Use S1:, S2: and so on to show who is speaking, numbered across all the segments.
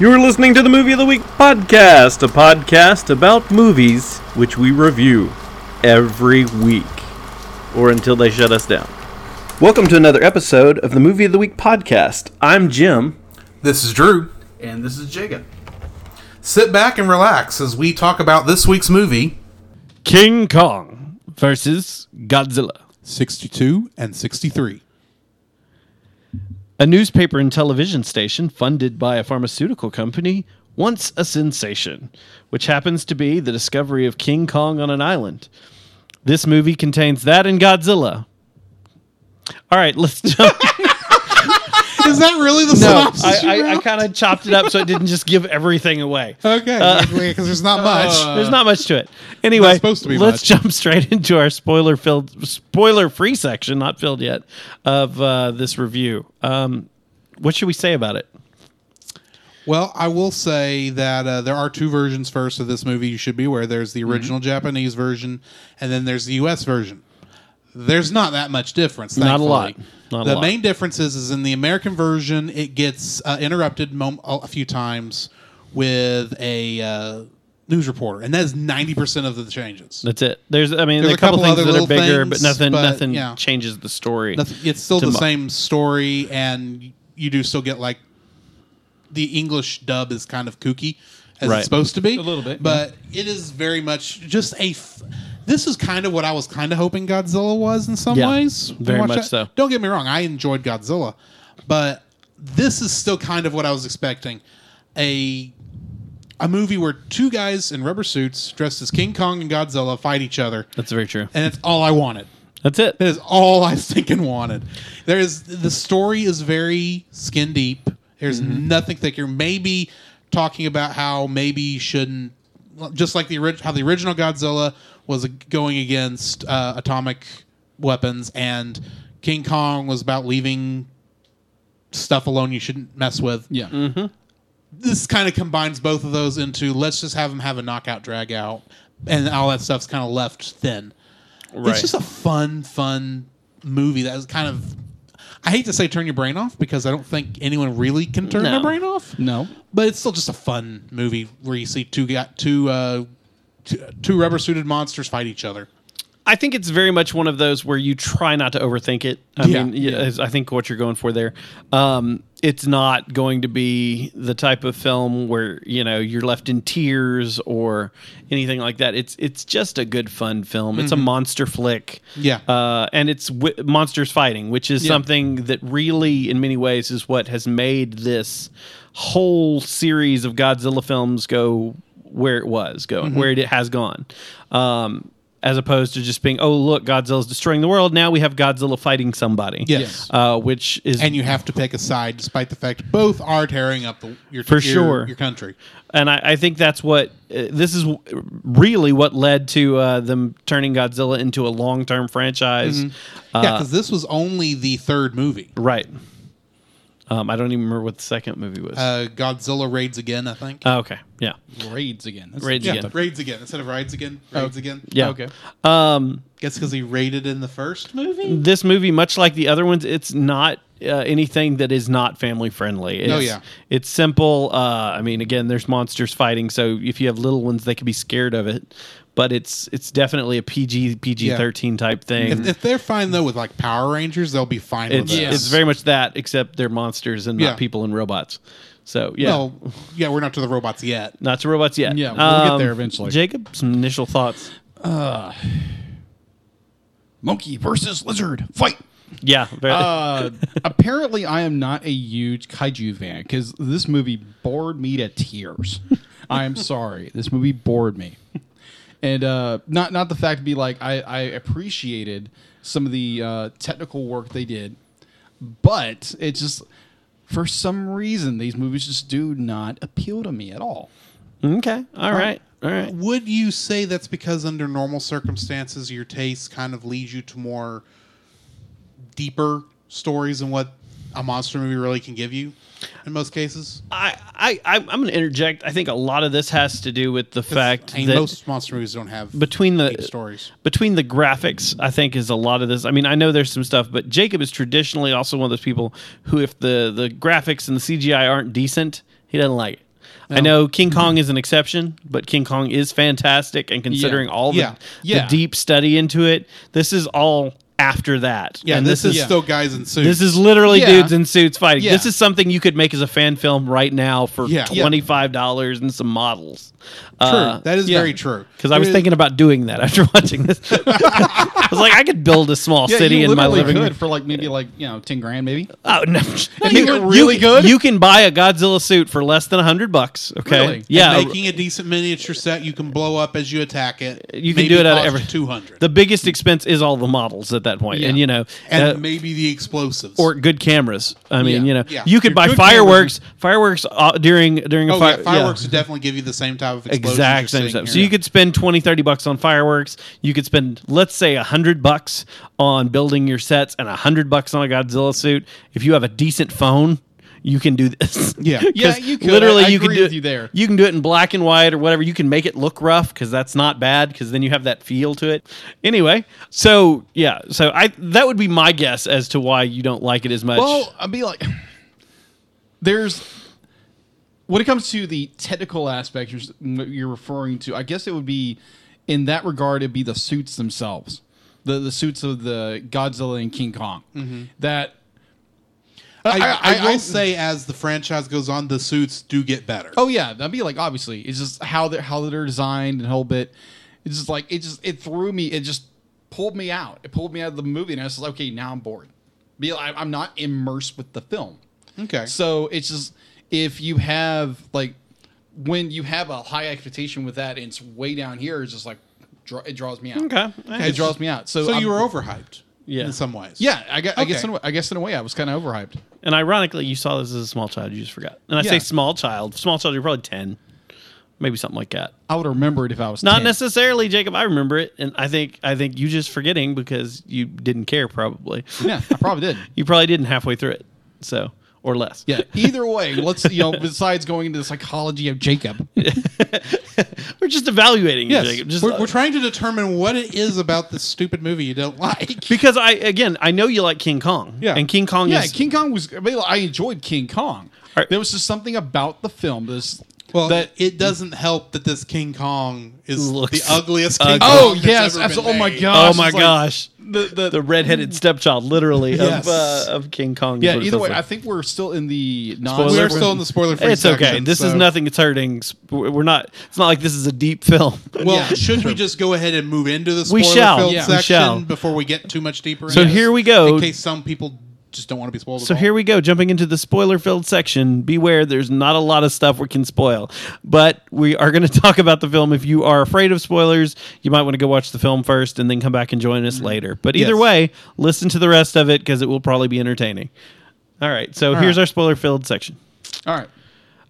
S1: You're listening to the Movie of the Week podcast, a podcast about movies which we review every week or until they shut us down. Welcome to another episode of the Movie of the Week podcast. I'm Jim.
S2: This is Drew.
S3: And this is Jacob.
S2: Sit back and relax as we talk about this week's movie.
S4: King Kong versus Godzilla.
S5: 62 and 63.
S4: A newspaper and television station funded by a pharmaceutical company wants a sensation, which happens to be the discovery of King Kong on an island. This movie contains that and Godzilla. All right, let's jump.
S5: Is that really the
S4: no,
S5: synopsis?
S4: I,
S5: you
S4: I, I
S5: wrote?
S4: kind of chopped it up so it didn't just give everything away.
S5: okay, because there's not much.
S4: Uh, There's not much to it. Anyway,
S5: Uh, supposed to be
S4: let's
S5: much.
S4: jump straight into our spoiler filled, spoiler free section, not filled yet, of uh, this review. Um, what should we say about it?
S5: well, I will say that uh, there are two versions first of this movie you should be aware. There's
S4: Mm-hmm.
S5: the original Japanese version, and then there's the U.S. version. There's not that much difference.
S4: Not a
S5: thankfully.
S4: lot. Not a
S5: the
S4: lot.
S5: main difference is, is in the American version, it gets uh, interrupted mom- a few times with a uh, news reporter, and that is 90% of the changes.
S4: That's it. There's, I mean,
S5: There's
S4: a couple,
S5: other
S4: things that are
S5: little
S4: bigger,
S5: things,
S4: but nothing,
S5: but,
S4: nothing
S5: yeah.
S4: changes the story.
S5: Nothing- it's still
S4: to
S5: the
S4: mo-
S5: same story, and you do still get like the English dub is kind of kooky as
S4: Right.
S5: it's supposed to be
S3: A little bit,
S5: but it is very much just a. F- this is kind of what I was kind of hoping Godzilla was in some
S4: Yeah,
S5: ways.
S4: very
S5: Watch
S4: much
S5: that.
S4: so.
S5: Don't get me wrong, I enjoyed Godzilla, but this is still kind of what I was expecting. A a movie where two guys in rubber suits dressed as King Kong and Godzilla fight each other,
S4: That's very true.
S5: and it's all I wanted.
S4: That's it.
S5: That is all I stinking wanted. There is the story is very skin deep. There's nothing thicker. Maybe talking about how maybe you shouldn't, just like the orig- how the original Godzilla was going against uh, atomic weapons, and King Kong was about leaving stuff alone you shouldn't mess with.
S3: Yeah.
S4: Mm-hmm.
S5: This kind of combines both of those into let's just have them have a knockout drag out, and all that stuff's kind of left thin.
S4: Right.
S5: It's just a fun, fun movie that is kind of. I hate to say turn your brain off because I don't think anyone really can turn
S4: No.
S5: their brain off.
S3: No.
S5: But it's still just a fun movie where you see two got two uh, two, two rubber suited monsters fight each other.
S4: I think it's very much one of those where you try not to overthink it. I
S5: Yeah.
S4: mean, yeah, I think what you're going for there. Um, it's not going to be the type of film where you know you're left in tears or anything like that. It's it's just a good fun film. It's a
S5: Mm-hmm.
S4: monster flick.
S5: Yeah.
S4: uh, and it's w- monsters fighting, which is something that really, in many ways, is what has made this whole series of Godzilla films go where it was going,
S5: Mm-hmm.
S4: where it has gone. Um, as opposed to just being, oh look, Godzilla's destroying the world. Now we have Godzilla fighting somebody.
S5: Yes.
S4: uh, which is
S5: And you have to pick a side, despite the fact both are tearing up the, your
S4: For
S5: your-
S4: sure.
S5: your country.
S4: and I, I think that's what uh, this is w- really what led to uh, them turning Godzilla into a long term franchise.
S5: yeah,
S3: Uh,
S5: because this was only the third movie.
S4: Right. Um, I don't even remember what the second movie was.
S5: Uh, Godzilla raids again, I think.
S4: Oh, okay. Yeah.
S3: Uh, Raids again. That's Oh,
S4: Raids
S5: yeah,
S4: again.
S5: raids again instead of rides again. Raids again.
S4: Yeah.
S3: Okay.
S4: Um,
S5: guess because he raided in the first movie.
S4: this movie, much like the other ones, it's not uh, anything that is not family friendly. It's,
S3: Oh,
S5: No, yeah.
S4: It's simple. Uh, I mean, again, there's monsters fighting, so if you have little ones, they could be scared of it. But it's it's definitely a PG PG thirteen type thing.
S5: If, if they're fine though with like Power Rangers, they'll be fine
S4: it's
S5: with
S3: Yes.
S5: that.
S4: it's very much that, except they're monsters and
S5: Yeah.
S4: not people and robots. So yeah,
S5: Well, yeah, we're not to the robots yet.
S4: not to robots yet. Um,
S3: Yeah, we'll get there eventually.
S4: Jacob, some initial thoughts.
S3: Monkey versus lizard. Fight.
S4: Yeah, very,
S3: Uh, apparently, I am not a huge kaiju fan because this movie bored me to tears. I am sorry, this movie bored me, and uh, not not the fact to be like I, I appreciated some of the uh, technical work they did, but it just for some reason these movies just do not appeal to me at all.
S4: okay.
S3: uh,
S4: All right. All right.
S5: Would you say that's because under normal circumstances your taste kind of leads you to more deeper stories and what a monster movie really can give you in most cases?
S4: I, I, I- I'm going to interject. I think a lot of this has to do with the fact
S5: I mean,
S4: that
S5: most monster movies don't have
S4: between the
S5: deep stories.
S4: between the graphics, I think is a lot of this. I mean, I know there's some stuff, but Jacob is traditionally also one of those people who, if the the graphics and the CGI aren't decent, he doesn't like it. I know King Kong is an exception, but King Kong is fantastic, and considering all the,
S5: Yeah.
S3: Yeah.
S4: the deep study into it, this is all after that.
S5: Yeah,
S4: and
S5: this, is
S3: yeah.
S5: still guys in suits.
S4: This is literally
S3: Yeah.
S4: dudes in suits fighting.
S3: Yeah.
S4: This is something you could make as a fan film right now for
S5: Yeah. Yeah.
S4: twenty five dollars and some models.
S5: true. that is
S3: yeah.
S5: very true.
S4: because Uh, I was
S5: There is-
S4: thinking about doing that after watching this. I was like, I could build a small
S3: Yeah,
S4: city
S3: you
S4: in my
S3: literally
S4: living
S3: could
S4: room.
S3: for like maybe like you know ten grand maybe.
S4: Oh no!
S3: make it really
S4: you,
S3: good?
S4: You can buy a Godzilla suit for less than hundred bucks. Okay,
S3: Really? And
S4: yeah.
S5: And making a decent miniature set you can blow up as you attack it.
S4: You can do it out of every-
S5: two hundred,
S4: the biggest expense is all the models at that point, and you know,
S5: and
S4: uh,
S5: maybe the explosives
S4: or good cameras. I mean,
S3: Yeah.
S4: you know,
S5: Yeah.
S4: you could
S5: Your
S4: buy
S5: good cameras
S4: fireworks. Fireworks uh, during during a
S5: Oh,
S4: fire.
S5: yeah, fireworks would definitely give you the same type of explosions
S4: exact
S5: you're
S4: same
S5: seeing
S4: stuff.
S5: here.
S4: So you could spend 20, 30 bucks on fireworks. You could spend, let's say, a hundred bucks on building your sets and a hundred bucks on a Godzilla suit. If you have a decent phone, you can do this.
S5: Yeah.
S4: 'Cause
S3: Yeah, you could.
S4: Literally,
S3: I- I
S4: you can
S3: agree
S4: do
S3: with
S4: it,
S3: you there.
S4: You can do it in black and white or whatever. You can make it look rough because that's not bad because then you have that feel to it. Anyway, so yeah, so I that would be my guess as to why you don't like it as much.
S3: Well, I'd be like, there's when it comes to the technical aspects you're, you're referring to. I guess it would be in that regard, it'd be the suits themselves, the the suits of the Godzilla and King Kong. That
S5: I, I,
S3: I-
S5: will
S3: I-
S5: say, as the franchise goes on, the suits do get better.
S3: oh yeah, that'd be like obviously it's just how they're how they're designed and whole bit. It's just like it just it threw me. It just pulled me out. It pulled me out of the movie, and I was like, okay, now I'm bored. Be like, I'm not immersed with the film.
S5: okay.
S3: So it's just if you have like when you have a high expectation with that, and it's way down here. It's just like draw, it draws me out.
S4: okay.
S3: it draws me out. So,
S5: so
S3: I'm-
S5: you were overhyped,
S4: Yeah.
S5: in some ways.
S3: yeah. I, gue- I guess
S5: Okay.
S3: in a way, I guess in a way I was kind of overhyped.
S4: And ironically, you saw this as a small child. You just forgot. And I
S3: Yeah.
S4: say small child. Small child, you're probably 10, maybe something like that.
S3: I would remember it if I was
S4: Not
S3: 10.
S4: necessarily, Jacob. I remember it. And I think I think you just forgetting because you didn't care, probably.
S3: Yeah, I probably did.
S4: you probably didn't halfway through it. So, or less.
S3: Yeah. Either way, let's you know. Besides going into the psychology of Jacob,
S4: We're just evaluating you,
S3: Yes.
S4: Jacob. Just, uh,
S5: we're, we're trying to determine what it is about this stupid movie you don't like.
S4: because I, again, I know you like King Kong.
S5: Yeah.
S4: And King Kong
S3: yeah,
S4: is.
S3: King Kong was. I, mean, I enjoyed King Kong.
S4: Alright.
S3: There was just something about the film. This
S5: Well,
S3: that
S5: it doesn't help that this King Kong is
S4: Looks
S5: the ugliest King
S4: ugly.
S5: Kong.
S3: oh
S5: that's
S3: yes,
S5: ever been
S3: absolutely. Oh my
S5: made.
S3: gosh.
S4: oh my
S3: it's like
S4: gosh.
S3: The the,
S4: the redheaded stepchild, literally,
S5: Yes.
S4: of, uh, of King Kong. is
S3: yeah.
S4: what it
S3: Either
S4: feels
S3: way,
S4: like.
S3: I think we're still in the non.
S4: Spoiler
S5: We are
S4: We're-
S5: still in the spoiler free
S4: it's okay. This is nothing. It's hurting. Sp- We're not. It's not like this is a deep film.
S5: Well,
S3: Yeah.
S5: should we just go ahead and move into the
S4: We
S5: spoiler
S4: shall.
S5: filled
S3: Yeah. We
S5: section
S4: shall.
S5: before we get too much deeper?
S4: So
S5: into
S4: here
S5: this?
S4: we go.
S5: In case some people just don't want to be spoiled.
S4: so here we go, jumping into the spoiler-filled section. Beware, there's not a lot of stuff we can spoil, but we are going to talk about the film. If you are afraid of spoilers, you might want to go watch the film first and then come back and join us later. But either
S5: Mm-hmm. Yes.
S4: way, listen to the rest of it because it will probably be entertaining. All right, so here's our spoiler-filled section.
S3: All right.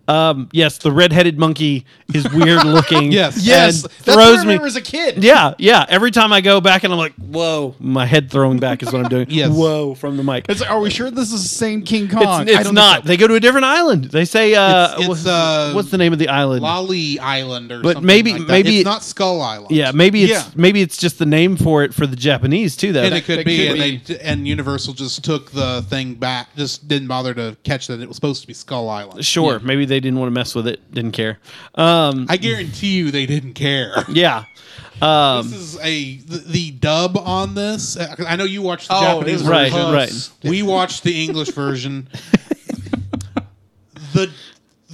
S4: Um, yes, the red-headed monkey is weird looking.
S5: Yes.
S4: and
S3: Yes, that's what I
S4: throws me.
S3: remember as a kid.
S4: Yeah, yeah. Every time I go back and I'm like, whoa, my head throwing back is what I'm doing.
S5: Yes.
S4: Whoa from the mic. It's,
S3: It's like, are we sure this is the same King Kong? I
S4: it's
S3: don't
S4: not.
S3: think
S4: They go to a different island. They say, uh,
S5: It's- it's,
S4: wha-
S5: uh,
S3: um,
S4: what's the name of the island?
S5: Lolly Island or
S4: But
S5: something
S4: maybe-
S5: like that.
S4: maybe-
S5: it's not Skull Island.
S4: yeah, maybe it's
S3: Yeah.
S4: maybe it's just the name for it for the Japanese too, though.
S5: and it could
S3: That
S5: be,
S3: could
S5: and
S3: be.
S5: they and Universal just took the thing back, just didn't bother to catch that it was supposed to be Skull Island.
S4: sure, maybe they didn't want to mess with it, didn't care. Um,
S5: I guarantee you, they didn't care.
S4: yeah,
S5: this is a the, the dub on this. uh, 'cause I know you watched the
S3: Oh,
S5: Japanese
S3: it was
S4: right,
S5: version.
S4: right.
S5: We watched the English version. the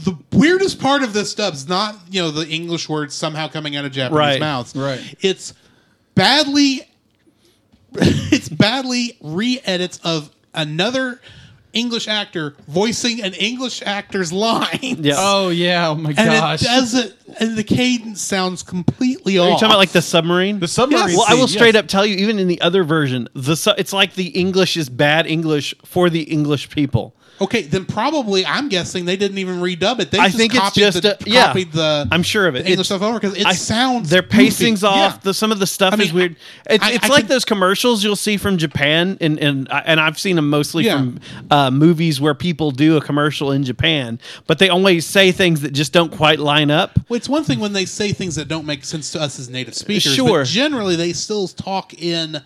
S5: the weirdest part of this dub is not you know the English words somehow coming out of Japanese
S4: Right,
S5: mouths.
S3: right.
S5: It's badly. it's badly re-edits of another English actor voicing an English actor's lines.
S4: yeah.
S3: so. Oh yeah. Oh my
S5: And
S3: gosh.
S5: it doesn't, and the cadence sounds completely
S4: Are
S5: off.
S4: you talking about like the submarine?
S3: The submarine
S4: Well, I
S3: scene,
S4: will straight
S3: yes.
S4: up tell you, even in the other version, the su- it's like the English is bad English for the English people.
S5: Okay, then probably I'm guessing they didn't even redub it. They
S4: I
S5: just
S4: think it's
S5: copied
S4: just
S5: the,
S4: a- yeah.
S5: copied the
S4: I'm sure of it.
S5: the English
S4: It's-
S5: stuff over because it sounds
S4: their
S5: goofy.
S4: pacing's off.
S5: Yeah.
S4: The some of the stuff
S5: I mean,
S4: is weird. It's,
S5: I-
S4: it's
S5: I
S4: like
S5: could-
S4: those commercials you'll see from Japan, and and I- and I've seen them mostly
S5: Yeah.
S4: from uh, movies where people do a commercial in Japan, but they always say things that just don't quite line up.
S5: Well, it's one thing when they say things that don't make sense to us as native speakers.
S4: Sure.
S5: but generally they still talk in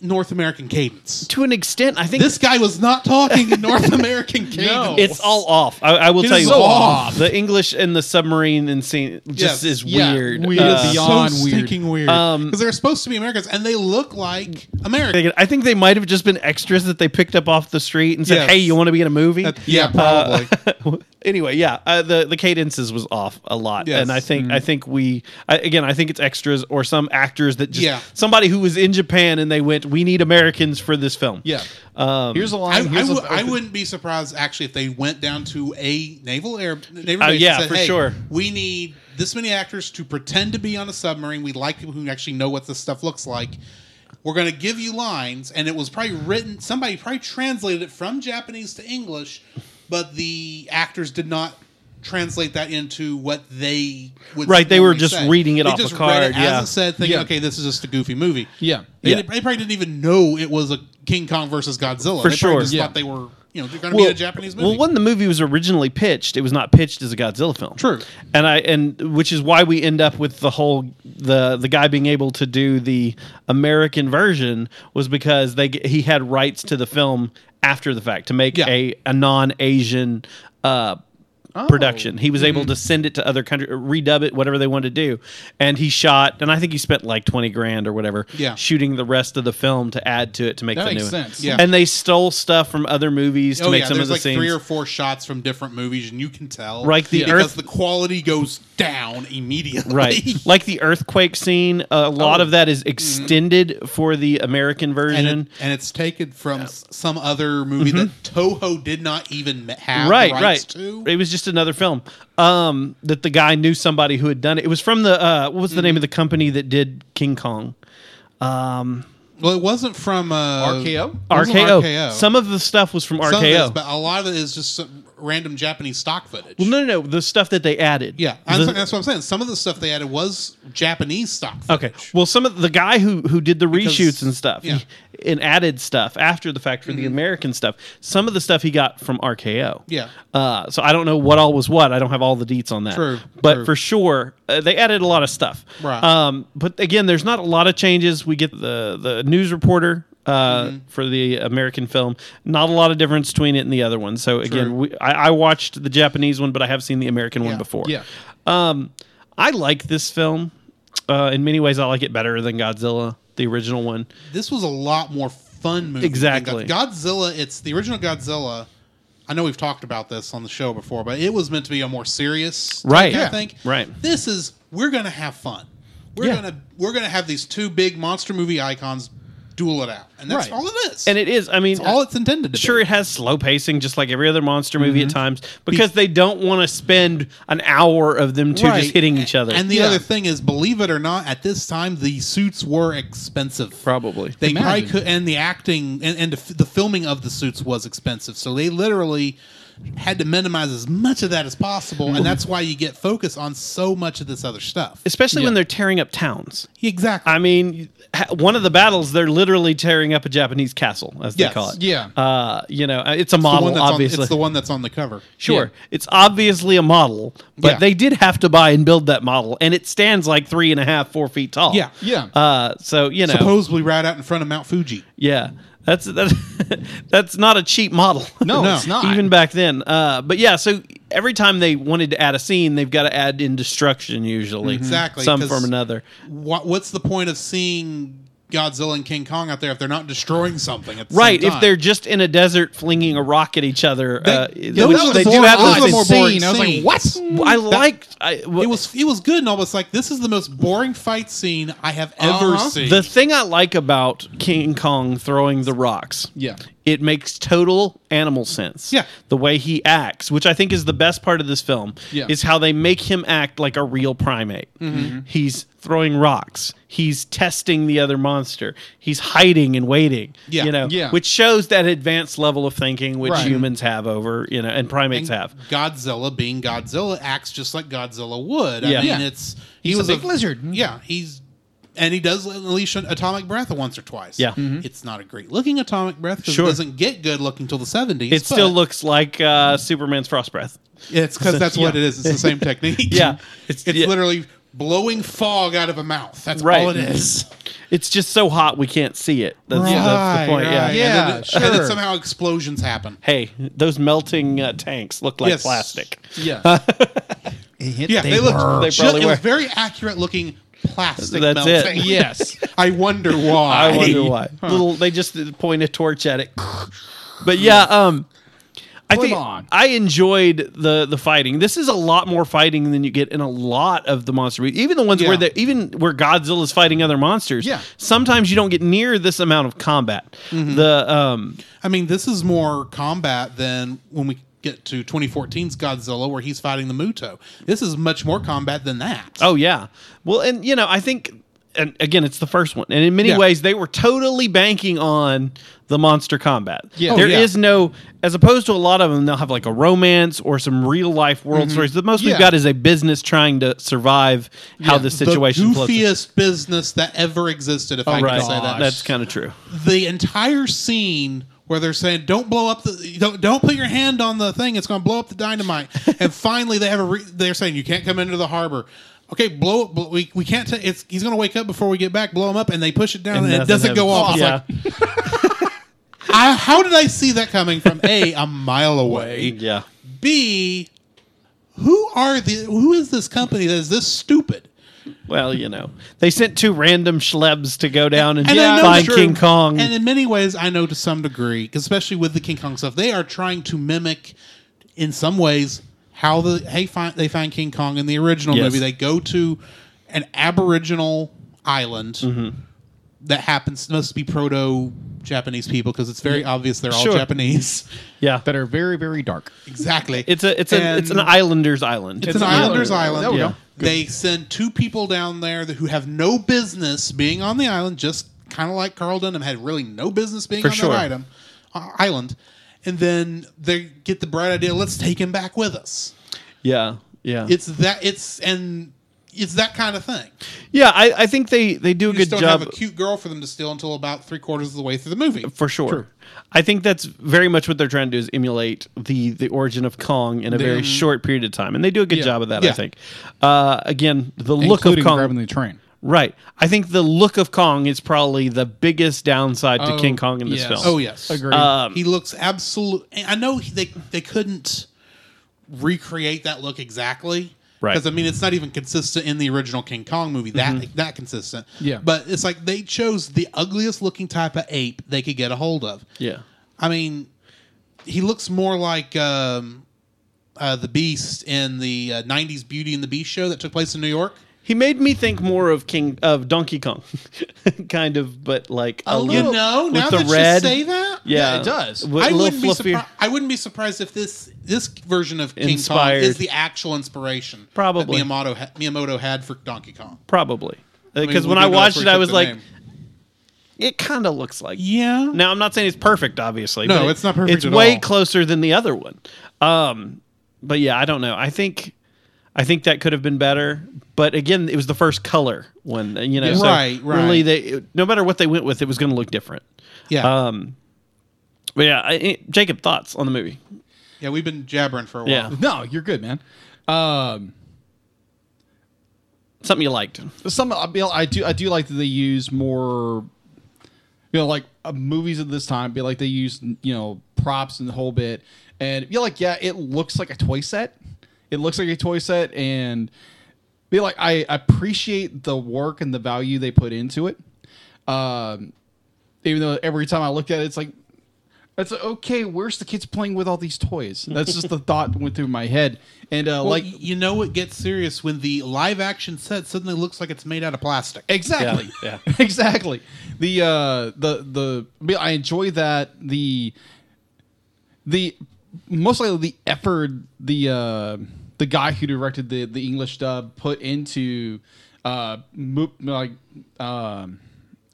S5: North American cadence.
S4: to an extent, I think
S5: This guy was not talking in North American cadence.
S4: it's all off. I, I will
S5: It
S4: tell
S5: is
S4: you,
S5: so off.
S4: the English and the submarine and scene just
S5: Yes.
S4: is
S3: Yeah,
S4: weird.
S3: weird
S4: Uh,
S3: beyond-
S5: so
S3: weird.
S5: stinking weird. Because
S4: Um,
S5: they're supposed to be Americans and they look like Americans.
S4: I think they might have just been extras that they picked up off the street and said,
S5: Yes.
S4: "Hey, you want to be in a movie?"
S5: yeah, probably.
S4: anyway, yeah, uh, the the cadences was off a lot,
S5: Yes. Mm.
S4: and I think I think we I, again I think it's extras or some actors that just
S5: Yeah.
S4: somebody who was in Japan and they went, "We need Americans for this film."
S5: yeah.
S4: um,
S3: Here's a
S5: I, I,
S3: line. here's a-
S5: w- I wouldn't be surprised actually if they went down to a naval air. Naval
S4: Uh,
S5: base and
S4: yeah,
S5: said,
S4: for
S5: "Hey,
S4: sure.
S5: We need this many actors to pretend to be on a submarine. We like people who actually know what this stuff looks like. We're going to give you lines, and it was probably written. Somebody probably translated it from Japanese to English, but the actors did not translate that into what they would
S4: Right, they were
S5: normally
S4: just
S5: say.
S4: reading it
S5: They
S4: off a
S5: just read
S4: card,
S5: it
S4: yeah.
S5: as it said, thinking,
S3: Yeah.
S5: "Okay, this is just a goofy movie."
S3: Yeah.
S5: They,
S4: Yeah.
S5: they probably didn't even know it was a King Kong versus Godzilla.
S4: For
S5: they
S4: sure.
S5: probably just
S3: Yeah.
S5: thought they were, you know, they're going to be a Japanese movie.
S4: Well, when the movie was originally pitched, it was not pitched as a Godzilla film.
S5: True.
S4: and I and which is why we end up with the whole the the guy being able to do the American version was because they g- he had rights to the film after the fact to make
S5: Yeah. Oh.
S4: a a non Asian. Uh, production he was able
S5: Mm-hmm.
S4: to send it to other countries redub it whatever they wanted to do and he shot and i think he spent like 20 grand or whatever
S5: Yeah.
S4: shooting the rest of the film to add to it to make
S3: That
S4: the
S3: makes
S4: new
S3: sense.
S5: Yeah.
S4: and they stole stuff from other movies to
S5: oh
S4: make
S5: yeah,
S4: some of
S5: there's
S4: the
S5: like
S4: scenes.
S5: three or four shots from different movies, and you can tell,
S4: Like the
S5: because
S4: Earth-
S5: the quality goes down immediately.
S4: right, like the earthquake scene. A lot of that is extended for the American
S5: Oh. Mm-hmm. and,
S4: version.
S5: it- and it's taken from s- some other movie that Toho did not even ma- have
S4: Mm-hmm. right,
S5: rights
S4: right.
S5: to.
S4: It was just another film um, that the guy knew somebody who had done it. It was from the uh, what was the
S5: Mm-hmm.
S4: name of the company that did King Kong?
S5: Well, it wasn't from uh,
S3: RKO?
S5: it wasn't
S4: RKO.
S5: RKO.
S4: Some of the stuff was from
S5: Some of it is,
S4: RKO.
S5: but a lot of it is just some random Japanese stock footage.
S4: well, no, no, no, the stuff that they added.
S5: Yeah, I'm
S4: The-
S5: sorry, that's what I'm saying. Some of the stuff they added was Japanese stock.
S4: Okay. Well, some of the guy who who did the reshoots and stuff
S5: yeah. Mm-hmm.
S4: he- and added stuff after the fact for the American stuff. Some of the stuff he got from RKO.
S5: Yeah.
S4: Uh, so I don't know what all was what. I don't have all the deets on that.
S5: True,
S4: But
S5: true.
S4: for sure, uh, they added a lot of stuff.
S5: Right.
S4: Um, but again, there's not a lot of changes. We get the the news reporter. Uh,
S5: Mm-hmm.
S4: For the American film, not a lot of difference between it and the other one. So again,
S5: True.
S4: we, I, I watched the Japanese one, but I have seen the American one
S5: Yeah,
S4: before.
S3: yeah.
S4: Um, I like this film. Uh, in many ways, I like it better than Godzilla, the original one.
S5: This was a lot more fun movie. than
S4: Exactly.
S5: God- Godzilla. It's the original Godzilla. I know we've talked about this on the show before, but it was meant to be a more serious, take,
S4: Right.
S5: I
S4: Yeah.
S5: think
S4: Right.
S5: This is we're gonna have fun. We're
S4: Yeah.
S5: gonna we're gonna have these two big monster movie icons duel it out, and that's
S3: Right.
S5: all it is.
S4: And it is, I mean,
S5: it's all it's intended to
S4: sure,
S5: be.
S4: it has slow pacing, just like every other monster movie
S5: Mm-hmm.
S4: at times, because they don't want to spend an hour of them two
S5: Right.
S4: just hitting each other.
S5: And the
S3: Yeah.
S5: other thing is, believe it or not, at this time the suits were expensive.
S4: probably.
S5: They
S3: Imagine.
S5: probably could, and the acting and, and the, f- the filming of the suits was expensive, so they literally had to minimize as much of that as possible, and that's why you get focus on so much of this other stuff.
S4: Especially when
S3: Yeah.
S4: they're tearing up towns.
S5: Exactly.
S4: I mean, ha- one of the battles, they're literally tearing up a Japanese castle, as
S5: Yes.
S4: they call it.
S3: Yeah.
S4: Uh, you know, uh, it's a
S5: the
S4: model,
S5: one that's
S4: obviously.
S5: On, it's the one that's on the cover.
S4: Sure. It's obviously a model, but
S5: Yeah.
S4: they did have to buy and build that model, and it stands like three and a half, four feet tall.
S5: Yeah.
S3: Yeah.
S4: Uh, so you know,
S5: Supposedly right out in front of Mount Fuji.
S4: yeah, that's that's that's not a cheap model.
S3: no,
S5: No.
S3: it's not.
S4: even back then. Uh, but yeah, so every time they wanted to add a scene, they've got to add in destruction usually,
S5: Exactly,
S4: some
S5: 'cause-
S4: from another.
S5: What, what's the point of seeing Godzilla and King Kong out there if they're not destroying something? At the
S4: Right,
S5: same
S4: if
S5: time?
S4: they're just in a desert flinging a rock at each other, uh,
S5: those
S4: which
S5: are the
S4: they do
S5: more-
S4: have
S5: those
S4: those
S5: are the
S4: things.
S5: more boring
S3: I was like,
S5: scenes.
S3: what?
S4: I liked. I,
S5: it was it was good and almost like this is the most boring fight scene I have ever
S3: Uh-huh.
S5: seen.
S4: The thing I like about King Kong throwing the rocks,
S3: Yeah.
S4: it makes total animal sense.
S5: Yeah.
S4: the way he acts, which I think is the best part of this film,
S3: Yeah.
S4: is how they make him act like a real primate.
S5: Mm-hmm.
S4: He's throwing rocks. He's testing the other monster. He's hiding and waiting.
S5: Yeah.
S4: you know,
S3: Yeah.
S4: which shows that advanced level of thinking which
S3: Right.
S4: humans have over you know, and primates have.
S5: Godzilla being Godzilla acts just like Godzilla would. I
S4: Yeah.
S5: mean,
S4: Yeah.
S5: it's
S3: He's a big lizard.
S5: Yeah, he's and he does unleash an atomic breath once or twice.
S4: Yeah.
S3: Mm-hmm.
S5: it's not a great looking atomic breath because
S4: Sure.
S5: it doesn't get good looking till the seventies.
S4: It still looks like uh, Superman's frost breath.
S5: It's because that's what it is. It's the same technique.
S4: Yeah. It's-
S5: it's,
S4: yeah.
S5: literally blowing fog out of a mouth. That's all
S4: Right.
S5: it is.
S4: It's just so hot we can't see it. That's, that's the point. Yeah.
S5: Right,
S3: Yeah,
S5: and then, and
S3: sure.
S5: then somehow explosions happen.
S4: Hey, those melting uh, tanks look like
S5: Yes.
S4: plastic.
S3: Yeah.
S5: Yeah, they, look.
S4: They
S5: ju-
S4: probably
S5: it was
S4: were.
S5: very accurate looking plastic
S4: That's it.
S5: melting.
S3: yes.
S5: I wonder why.
S4: I wonder why. Little, they just point a torch at it. But yeah, um, I
S3: Put 'em
S4: think
S3: on.
S4: I enjoyed the the fighting. This is a lot more fighting than you get in a lot of the monster movies. Even the ones where
S5: Yeah.
S4: the even where Godzilla's fighting other monsters.
S3: Yeah. Mm-hmm.
S4: Sometimes you don't get near this amount of combat. The um
S5: I mean, this is more combat than when we get to 2014's Godzilla, where he's fighting the Muto. This is much more combat than that.
S4: Oh yeah. Well, and you know, I think and again, it's the first one. And in many
S5: Yeah.
S4: ways they were totally banking on the monster combat.
S3: Yeah. Oh,
S4: there is
S5: yeah.
S4: no as opposed to a lot of them they'll have like a romance or some real life world
S5: Mm-hmm.
S4: stories. The most
S3: Yeah.
S4: we've got is a business trying to survive how this situation
S5: the
S4: floats. Oh
S5: goofiest business that ever existed, if I can
S4: Right.
S5: say that.
S4: That's kind of true.
S5: the entire scene where they're saying don't blow up the don't, don't put your hand on the thing it's going to blow up the dynamite and finally they have a re- they're saying you can't come into the harbor okay blow up we, we can't ta- it's he's going to wake up before we get back blow him up and they push it down and, it
S4: nothing
S5: doesn't go off
S4: happens.
S5: It's like, I, how did i see that coming from a a mile away
S4: Yeah. yeah.
S5: b who are the who is this company that is this stupid
S4: Well, you know, they sent two random schlebs to go down and,
S5: And I know-
S4: find
S5: sure.
S4: King Kong.
S5: And in many ways, I know to some degree, 'cause especially with the King Kong stuff, they are trying to mimic, in some ways, how the hey find they find King Kong in the original
S4: Yes.
S5: movie. They go to an Aboriginal island
S4: Mm-hmm.
S5: that happens must be proto Japanese people because it's very obvious they're all
S4: Sure.
S5: Japanese.
S4: yeah,
S3: That are very, very dark.
S5: exactly.
S4: it's a it's a it's an
S5: And-
S4: islander's island.
S5: it's, an, islander's island.
S3: There we
S4: Yeah.
S3: go.
S5: They send two people down there that, who have no business being on the island, just kind of like Carl Dunham had really no business being
S4: For
S5: on
S4: sure.
S5: that item, uh, island. And then they get the bright idea, let's take him back with us.
S4: yeah, yeah.
S5: It's that it's and it's that kind of thing.
S4: Yeah, I, I think they they do a
S5: You
S4: good
S5: just don't
S4: job
S5: have a cute girl for them to steal until about three quarters of the way through the movie.
S4: for sure. I think that's very much what they're trying to do is emulate the the origin of Kong in a very short period of time, and they do a good job of that. I
S5: Yeah.
S4: think. Uh, again, the look of
S3: including
S4: Kong.
S3: grabbing the train.
S4: right. I think the look of Kong is probably the biggest downside to King Kong in this
S3: yes.
S4: film.
S5: Oh yes,
S3: Agreed.
S5: he looks absolute. and I know he- they they couldn't recreate that look exactly,
S4: Right. Mm-hmm.
S5: Because I mean, it's not even consistent in the original King Kong movie. That that consistent.
S3: Yeah.
S5: But it's like they chose the ugliest looking type of ape they could get a hold of.
S4: Yeah.
S5: I mean, he looks more like. Um, uh, the Beast in the uh, '90s Beauty and the Beast show that took place in New York.
S4: He made me think more of King of Donkey Kong, kind of, but like a,
S5: Oh, you know,
S4: with
S5: now
S4: the
S5: that
S4: red.
S5: you say that,
S4: Yeah,
S3: Yeah, it does.
S4: With
S5: I
S4: little
S5: wouldn't, be
S4: fluffier-
S5: surpri- I wouldn't be surprised if this this version of King
S4: Inspired.
S5: Kong is the actual inspiration
S4: Probably.
S5: that Miyamoto, ha- Miyamoto had for Donkey Kong.
S4: Probably.
S5: mean,
S4: Because
S5: we
S4: when
S5: do
S4: I
S5: know
S4: watched
S5: that's
S4: it,
S5: where
S4: I
S5: he
S4: was
S5: took
S4: like,
S5: the name.
S4: it kind of looks like.
S5: Yeah.
S4: Now I'm not saying it's perfect, obviously.
S5: No,
S4: but
S5: it's not perfect
S4: It's
S5: at
S4: way
S5: all.
S4: closer than the other one. Um, but yeah, I don't know. I think, I think that could have been better. But again, it was the first color one. You know, so
S5: Right, right.
S4: Really, they no matter what they went with, it was going to look different.
S5: yeah,
S4: Um, But yeah, I, I- Jacob, thoughts on the movie?
S5: yeah, we've been jabbering for a while.
S4: Yeah,
S3: No, you're good, man. Um,
S4: something you liked.
S3: some I mean, I do I do like that they use more you know like uh, movies of this time be like they use you know props and the whole bit and you know, like yeah it looks like a toy set it looks like a toy set and be like I appreciate the work and the value they put into it um even though every time I look at it it's like it's like, okay where's the kids playing with all these toys that's just the thought that went through my head and uh
S5: Like
S3: like
S5: you know, it gets serious when the live action set suddenly looks like it's made out of plastic.
S3: Exactly.
S4: Yeah,
S3: exactly. The uh the the I mean, I enjoy that the the most likely the effort the uh the guy who directed the the English dub put into uh mo- like um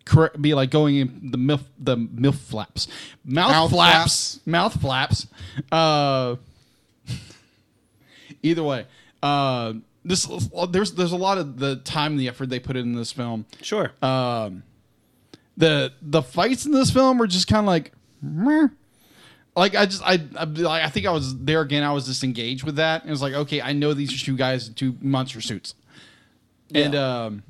S3: correct be like going in the milf the milf flaps mouth,
S5: Mouth
S3: flaps,
S5: flaps.
S3: mouth flaps uh either way uh this there's there's a lot of the time and the effort they put in this film
S4: Sure.
S3: the the fights in this film were just kind of like meh. like i just i I, like, I think i was there again i was disengaged with that it was like okay i know these are two guys in two monster suits and um,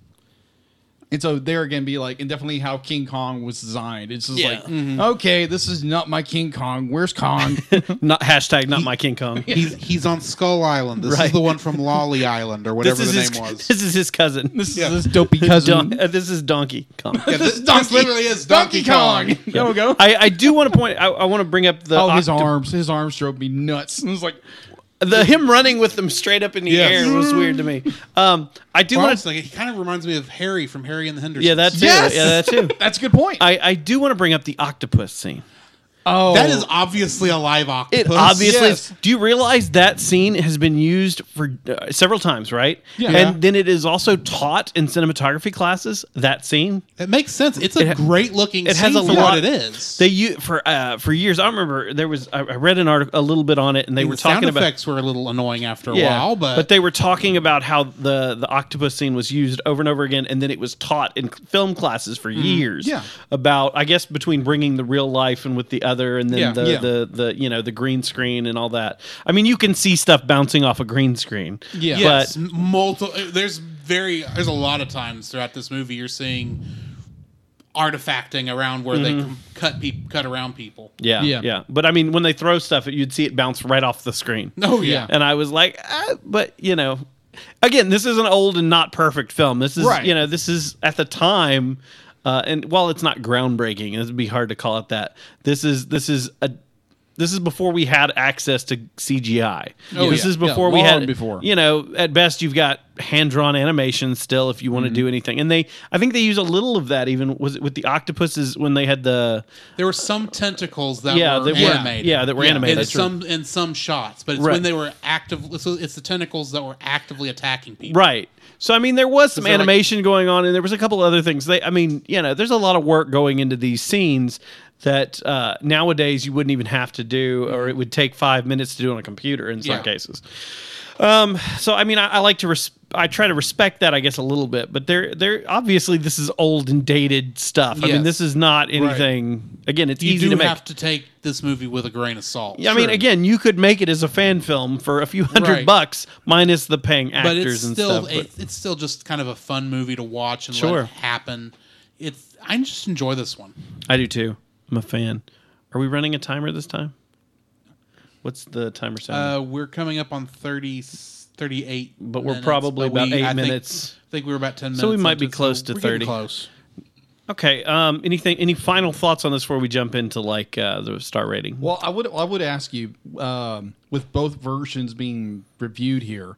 S3: and so there again be like, and definitely how King Kong was designed. It's just
S4: Yeah.
S3: like, okay, this is not my King Kong. Where's Kong?
S4: Not hashtag not my King Kong.
S5: He's he's on Skull Island. This
S4: Right.
S5: is the one from Lolly Island or
S4: This
S5: whatever
S4: is
S5: the
S4: his.
S5: name was.
S4: This is his cousin.
S3: this is this dopey cousin.
S4: Don- uh, this is Donkey Kong.
S5: Yeah, this, this
S3: Donkey-
S5: literally is
S3: Donkey Kong. There we go.
S4: I, I do want to point. I, I want to bring up the
S3: oh, his
S4: octo-
S3: arms, his arms drove me nuts. And it was like,
S4: the him running with them straight up in the
S5: Yes.
S4: air was weird to me. Um, I do
S5: Well, I
S4: want
S5: was
S4: to.
S5: thinking, he kind of reminds me of Harry from Harry and the Hendersons.
S4: Yeah, that too.
S3: Yes!
S4: Yeah, that too.
S3: that's a good point.
S4: I, I do want to bring up the octopus scene.
S3: oh,
S5: that is obviously a live octopus.
S4: It obviously.
S5: Yes.
S4: Is, do you realize that scene has been used for uh, several times, right?
S3: Yeah.
S4: And then it is also taught in cinematography classes. That scene.
S5: It makes sense. It's a
S4: ha-
S5: great looking.
S4: it has
S5: scene
S4: a
S5: for
S4: lot-
S5: What it is.
S4: They u- for uh, for years. I remember there was. I, I read an article a little bit on it, and they
S5: And
S4: were
S5: the
S4: talking
S5: sound
S4: about.
S5: effects were a little annoying after a while, but,
S4: they were talking about how the the octopus scene was used over and over again, and then it was taught in film classes
S5: Mm,
S4: for years.
S3: yeah.
S4: about I guess between bringing the real life and with the other, and then
S5: Yeah,
S4: the,
S5: yeah.
S4: the the you know the green screen and all that. I mean, you can see stuff bouncing off a green screen.
S3: Yeah.
S5: yes,
S4: but
S5: multiple. There's very there's a lot of times throughout this movie you're seeing artifacting around where they com- cut peop cut around people.
S4: Mm-hmm. yeah, yeah,
S3: Yeah.
S4: But I mean, when they throw stuff, you'd see it bounce right off the screen.
S5: Oh yeah.
S4: and I was like, ah, but you know, again, this is an old and not perfect film. This is
S3: Right.
S4: you know, this is at the time, uh, and while it's not groundbreaking, and it'd be hard to call it that. This is this is a this is before we had access to CGI.
S3: Oh,
S4: this
S3: yeah.
S4: is before
S3: Yeah,
S4: we
S3: long
S4: had
S3: before.
S4: You know, at best you've got hand drawn animation still if you
S3: Mm-hmm.
S4: want to do anything. And they, I think they use a little of that even was it with the octopuses when they had the
S5: There were some tentacles that
S4: Yeah,
S5: were
S4: they were-
S5: animated.
S4: yeah, that were animated,
S5: In
S4: that's true.
S5: some in some shots, but it's
S4: Right.
S5: when they were active. So it's the tentacles that were actively attacking people.
S4: Right. So I mean, there was some
S5: they're like-
S4: animation going on, and there was a couple other things. They, I mean, you know, there's a lot of work going into these scenes that uh, nowadays you wouldn't even have to do, or it would take five minutes to do on a computer in some
S5: Mm-hmm. Yeah.
S4: cases. Um, so I mean, I, I like to res- I try to respect that, I guess, a little bit, but there, there obviously this is old and dated stuff. I mean,
S5: Yes.
S4: this is not anything. Again, it's
S5: You
S4: easy
S5: do
S4: to make.
S5: have to take this movie with a grain of salt.
S4: I mean, again, you could make it as a fan film for a few hundred
S5: Right.
S4: bucks, minus the paying actors
S5: but it's
S4: and
S5: still
S4: stuff. but-
S5: it, it's still just kind of a fun movie to watch and
S4: Sure.
S5: let it happen. It's I just enjoy this one.
S4: I do too. I'm a fan. Are we running a timer this time? What's the timer sound?
S5: Uh, we're coming up on 30, 38
S4: But we're probably about eight
S5: think-
S4: minutes.
S5: I think we're about ten minutes.
S4: So we might
S5: into
S4: be
S5: it,
S4: close to
S5: we're getting
S4: 30.
S5: Close.
S4: okay. Um. Anything? Any final thoughts on this before we jump into like uh, the star rating?
S3: Well, I would I would ask you um, with both versions being reviewed here,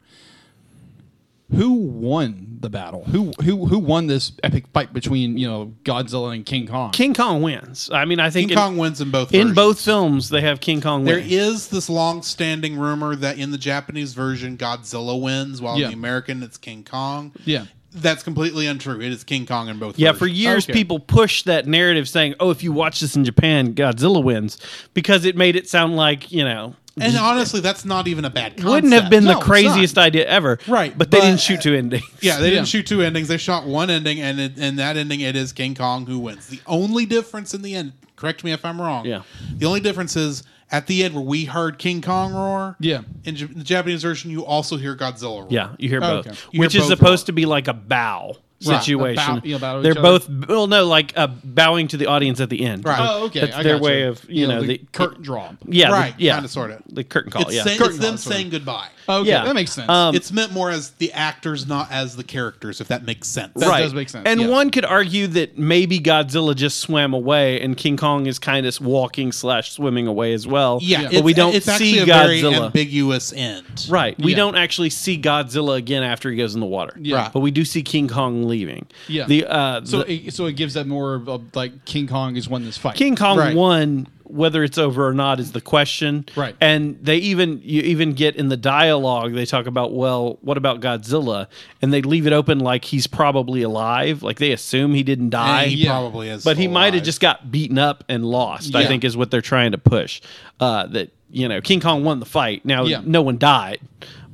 S3: who won the battle? Who who who won this epic fight between you know Godzilla and King Kong?
S4: King Kong wins. I mean, I think
S5: King
S4: in,
S5: Kong wins in both.
S4: in
S5: versions.
S4: both films they have King Kong
S5: There
S4: wins.
S5: is this long-standing rumor that in the Japanese version Godzilla wins, while
S3: Yeah.
S5: in the American it's King Kong.
S3: Yeah.
S5: that's completely untrue. It is King Kong in both.
S4: Yeah,
S5: versions.
S4: for years
S3: Okay.
S4: people pushed that narrative saying, "Oh, if you watch this in Japan, Godzilla wins," because it made it sound like you know
S5: And honestly, that's not even a bad. Concept.
S4: wouldn't have been
S3: No,
S4: the
S3: it's
S4: craziest idea ever.
S5: Right,
S4: but they
S5: but-
S4: didn't shoot to endings.
S5: Yeah, they
S3: Yeah.
S5: didn't shoot two endings. They shot one ending, and it, in that ending, it is King Kong who wins. The only difference in the end, correct me if I'm wrong.
S4: Yeah.
S5: The only difference is at the end where we heard King Kong roar.
S3: Yeah.
S5: In J- the Japanese version, you also hear Godzilla roar.
S4: Yeah, you hear
S3: Oh,
S4: both,
S3: okay.
S5: You
S4: which
S5: hear
S4: is
S5: both
S4: supposed
S5: roar.
S4: to be like a bow
S3: Right.
S4: situation.
S3: A bow- yeah, bow to
S4: They're
S3: each
S4: both
S3: other.
S4: well, no, like uh, bowing to the audience at the end.
S5: Right.
S3: Oh, okay.
S4: That's
S3: I
S4: their
S3: gotcha.
S4: way of, you know,
S3: the
S4: the-
S3: curtain drop.
S4: Yeah, the-
S5: Right,
S4: yeah,
S5: kinda, sorta.
S4: the curtain call.
S5: It's,
S4: Oh, yeah,
S5: say- it's
S3: Curtain
S5: them
S3: call, sorta.
S5: saying goodbye.
S3: Oh, Okay,
S4: Yeah.
S3: that makes sense.
S4: Um,
S5: it's meant more as the actors, not as the characters, if that makes sense.
S3: That does make sense,
S4: And
S3: yeah.
S4: one could argue that maybe Godzilla just swam away, and King Kong is kind of walking slash swimming away as well.
S5: Yeah,
S4: but we
S5: it's-
S4: don't
S5: it's
S4: see
S5: actually a
S4: Godzilla.
S5: very ambiguous end.
S4: Right. We
S3: Yeah.
S4: don't actually see Godzilla again after he goes in the water.
S3: Yeah.
S4: But we do see King Kong leaving.
S3: Yeah.
S4: The uh
S3: so
S4: the-
S3: it, so it gives that more of a, like King Kong has won this fight.
S4: King Kong
S5: Right.
S4: won, whether it's over or not, is the question.
S3: Right.
S4: And they even you even get in the dialogue they talk about well, what about Godzilla? And they leave it open like he's probably alive, like they assume he didn't die.
S5: And he
S3: Yeah.
S5: probably is.
S4: But he
S5: still
S4: might have
S5: alive.
S4: just got beaten up and lost. I
S3: Yeah.
S4: think is what they're trying to push. Uh, that you know, King Kong won the fight. Now
S3: Yeah.
S4: no one died,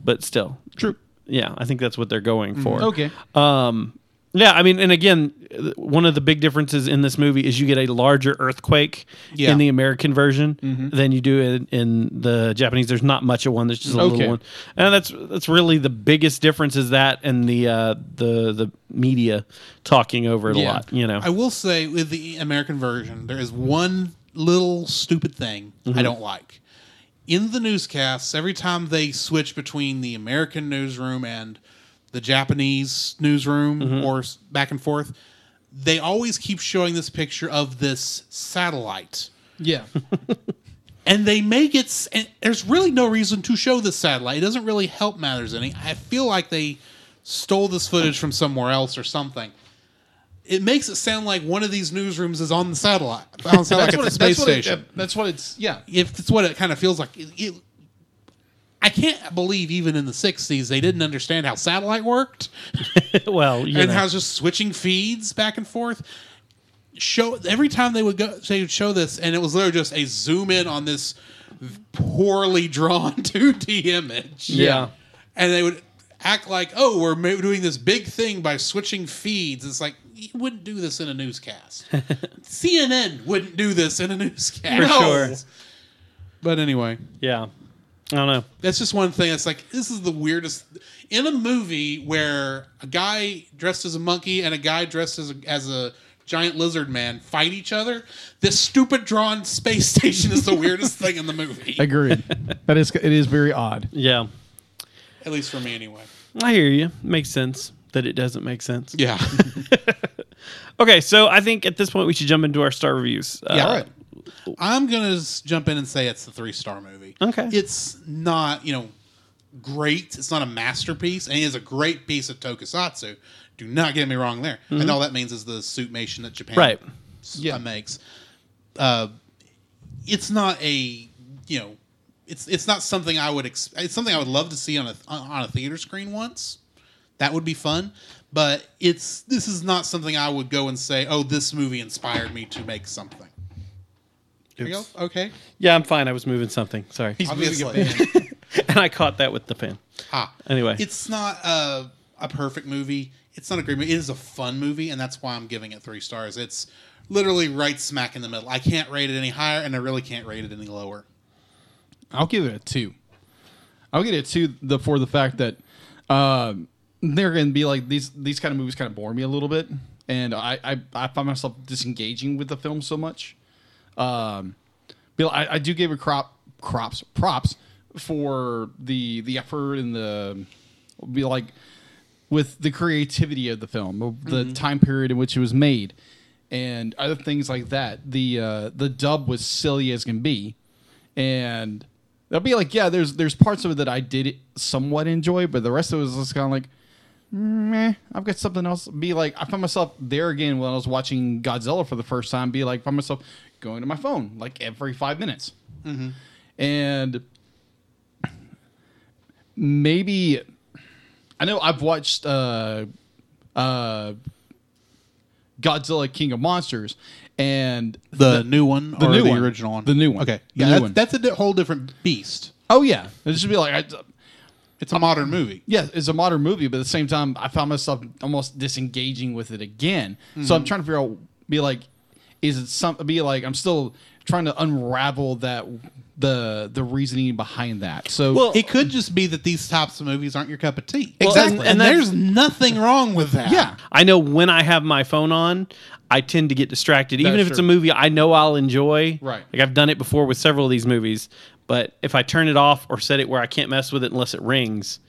S4: but still,
S3: True. Mm-hmm.
S4: yeah, I think that's what they're going for.
S3: Okay.
S4: Um, Yeah, I mean, and again, uh, one of the big differences in this movie is you get a larger earthquake
S5: Yeah. Mm-hmm.
S4: in the American version than you do in, in the Japanese. There's not much of one. There's just a
S3: Okay.
S4: little one, and that's that's really the biggest difference is that and the uh, the the media talking over it
S3: Yeah.
S4: a lot. You know,
S5: I will say with the American version, there is one little stupid thing I don't like. In the newscasts, every time they switch between the American newsroom and the Japanese newsroom or s- back and forth, they always keep showing this picture of this satellite.
S3: Yeah.
S5: And they make it, s- and there's really no reason to show this satellite. It doesn't really help matters any. I feel like they stole this footage from somewhere else or something. It makes it sound like one of these newsrooms is on the satellite, on the satellite at the space
S3: what it-
S5: station.
S3: that's what it's. Yeah.
S5: if it's what it kind of feels like. It- it- I can't believe even in the 60s they didn't understand how satellite worked
S4: well, you
S5: and
S4: know.
S5: how it's just switching feeds back and forth. Show every time they would go, they would show this, and it was literally just a zoom in on this poorly drawn 2D image.
S4: Yeah.
S5: and they would act like, "Oh, we're ma- doing this big thing by switching feeds." It's like you wouldn't do this in a newscast. CNN wouldn't do this in a newscast.
S4: For sure.
S5: But anyway,
S4: yeah, I don't know.
S5: that's just one thing. It's like this is the weirdest in a movie where a guy dressed as a monkey and a guy dressed as a, as a giant lizard man fight each other. This stupid drawn space station is the weirdest thing in the movie,
S3: Agreed. that is. It is very odd.
S4: Yeah,
S5: at least for me anyway.
S4: I hear you. Makes sense that it doesn't make sense.
S5: Yeah,
S4: Okay, so I think at this point we should jump into our star reviews. Uh,
S5: yeah. I'm gonna s- jump in and say it's the three star movie.
S4: Okay.
S5: it's not you know great. It's not a masterpiece, and it is a great piece of tokusatsu. Do not get me wrong there. And all that means is the suitmation that Japan
S4: Mm-hmm. Right.
S5: s- uh, makes. Uh, it's not a you know, it's it's not something I would ex- it's something I would love to see on a on a theater screen once. That would be fun, but it's this is not something I would go and say, "Oh, this movie inspired me to make something." There you go. Okay,
S4: Yeah, I'm fine. I was moving something. Sorry.
S5: obviously.
S4: and I caught that with the fan.
S5: Ha.
S4: Anyway.
S5: it's not a, a perfect movie. It's not a great movie. It is a fun movie, and that's why I'm giving it three stars. It's literally right smack in the middle. I can't rate it any higher, and I really can't rate it any lower.
S3: I'll give it a two. I'll give it a two the, for the fact that um they're going to be like these these kind of movies kind of bore me a little bit, and I I, I find myself disengaging with the film so much. Um, Bill, I, I do give it crop crops props for the the effort and the be like with the creativity of the film, of the time period in which it was made, and other things like that. The uh, the dub was silly as can be, and I'll be like, yeah, there's there's parts of it that I did somewhat enjoy, but the rest of it was just kind of like, meh. I've got something else. Be like, I found myself there again when I was watching Godzilla for the first time. Be like, found myself going to my phone like every five minutes, and maybe I know I've watched uh, uh, Godzilla King of Monsters, and
S5: The, new one, the
S3: or
S5: new
S3: the
S5: one.
S3: original one?
S5: the new one.
S3: Okay.
S5: yeah,
S3: The new
S5: that-
S3: one.
S5: that's a di- whole different beast.
S3: oh yeah, it just be like. I,
S5: It's a modern movie.
S3: yeah, it's a modern movie, but at the same time, I found myself almost disengaging with it again. So
S6: Mm-hmm.
S3: I'm trying to figure out, be like, is it some? Be like, I'm still trying to unravel that the the reasoning behind that. So
S4: Well,
S5: It could just be that these types of movies aren't your cup of tea. exactly,
S3: Well, Exactly.
S4: and- and
S5: and, there's nothing wrong with that.
S3: yeah,
S4: I know when I have my phone on, I tend to get distracted. Even
S3: That's
S4: if it's a
S3: true.
S4: movie I know I'll enjoy.
S3: Right.
S4: Like I've done it before with several of these movies. But if I turn it off or set it where I can't mess with it unless it rings,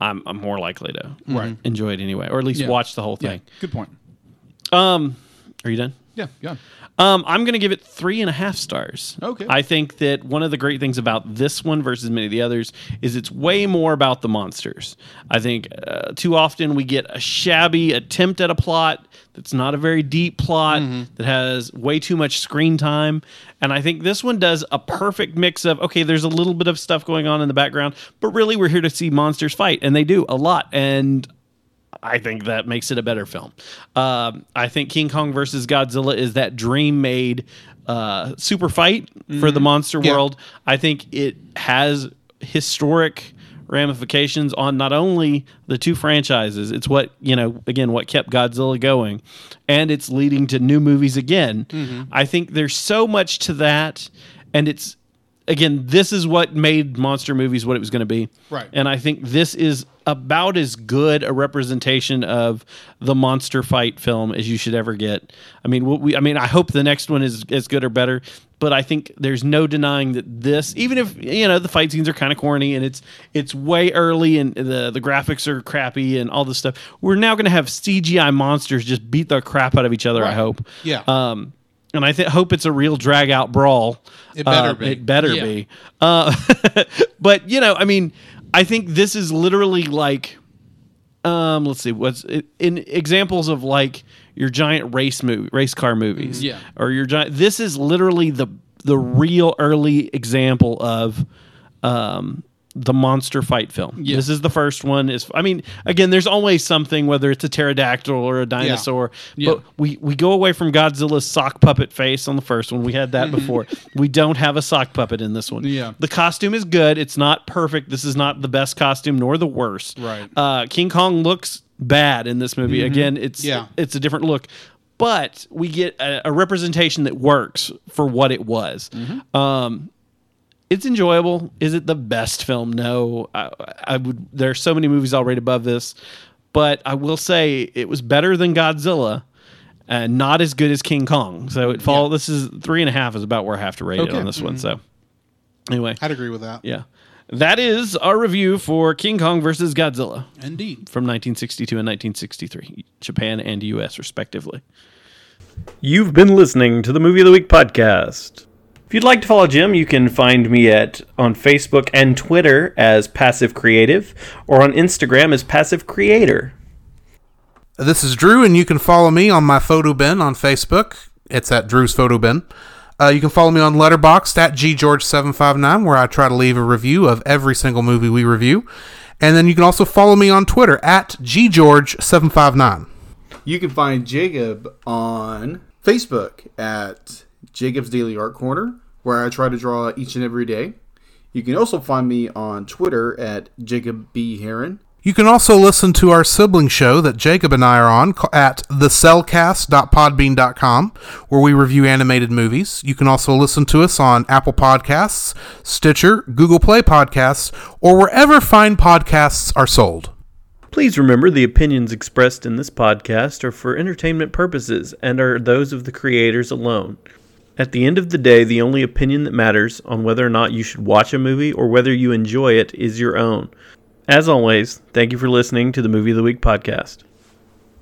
S4: I'm, I'm more likely to
S3: Right.
S4: enjoy it anyway, or at least
S3: Yeah.
S4: watch the whole
S3: yeah,
S4: thing.
S3: good point.
S4: Um, are you done?
S3: Yeah, yeah,
S4: Um, I'm going to give it three and a half stars.
S3: Okay.
S4: I think that one of the great things about this one versus many of the others is it's way more about the monsters. I think uh, too often we get a shabby attempt at a plot that's not a very deep plot that has way too much screen time. And I think this one does a perfect mix of okay, there's a little bit of stuff going on in the background, but really we're here to see monsters fight, and they do a lot. And I think that makes it a better film. Um, I think King Kong versus Godzilla is that dream made uh, super fight for the monster world. I think it has historic ramifications on not only the two franchises, it's what, you know, again, what kept Godzilla going, and it's leading to new movies again. I think there's so much to that, and it's, again, this is what made monster movies what it was going to be.
S5: Right.
S4: And I think this is about as good a representation of the monster fight film as you should ever get. I mean, what we, I mean, I hope the next one is as good or better. But I think there's no denying that this, even if you know the fight scenes are kind of corny and it's it's way early and the the graphics are crappy and all this stuff, we're now going to have CGI monsters just beat the crap out of each other. I hope.
S5: Yeah.
S4: Um, and I th- hope it's a real drag out brawl.
S5: It better be.
S4: Uh, It better
S5: Yeah.
S4: be. Uh, but you know, I mean, I think this is literally like, um, let's see, what's in examples of like your giant race movie, race car movies,
S3: Mm-hmm. Yeah.
S4: or your giant. This is literally the the real early example of, um. The monster fight film.
S3: Yeah.
S4: This is the first one. Is I mean, again, there's always something whether it's a pterodactyl or a dinosaur,
S3: Yeah.
S4: but we we go away from Godzilla's sock puppet face on the first one. We had that before. we don't have a sock puppet in this one.
S3: Mm-hmm. Yeah.
S4: the costume is good. It's not perfect. This is not the best costume nor the worst.
S3: Right.
S4: Uh, King Kong looks bad in this movie. Again, it's
S5: Yeah.
S4: it's a different look. But we get a, a representation that works for what it was. Um, it's enjoyable. Is it the best film? No. I, I would. There are so many movies already above this, but I will say it was better than Godzilla, and not as good as King Kong. So it fall. This is three and a half is about where I have to rate it
S3: Okay.
S4: on this one. So anyway,
S5: I'd agree with that.
S4: yeah, that is our review for King Kong versus Godzilla
S5: Indeed.
S4: from 1962 and 1963, Japan and U.S. respectively.
S1: You've been listening to the Movie of the Week podcast. If you'd like to follow Jim, you can find me at on Facebook and Twitter as Passive Creative or on Instagram as Passive Creator.
S2: This is Drew, and you can follow me on my photo bin on Facebook. It's at Drew's Photo Bin. Uh, you can follow me on Letterboxd at ggeorge759, where I try to leave a review of every single movie we review. And then you can also follow me on Twitter at ggeorge759.
S6: You can find Jacob on Facebook at Jacob's Daily Art Corner, where I try to draw each and every day. You can also find me on Twitter at Jacob B. Heron.
S2: You can also listen to our sibling show that Jacob and I are on ca- at thecellcast.podbean.com, where we review animated movies. You can also listen to us on Apple Podcasts, Stitcher, Google Play Podcasts, or wherever fine podcasts are sold.
S1: Please remember the opinions expressed in this podcast are for entertainment purposes and are those of the creators alone. At the end of the day, the only opinion that matters on whether or not you should watch a movie or whether you enjoy it is your own. As always, thank you for listening to the Movie of the Week podcast.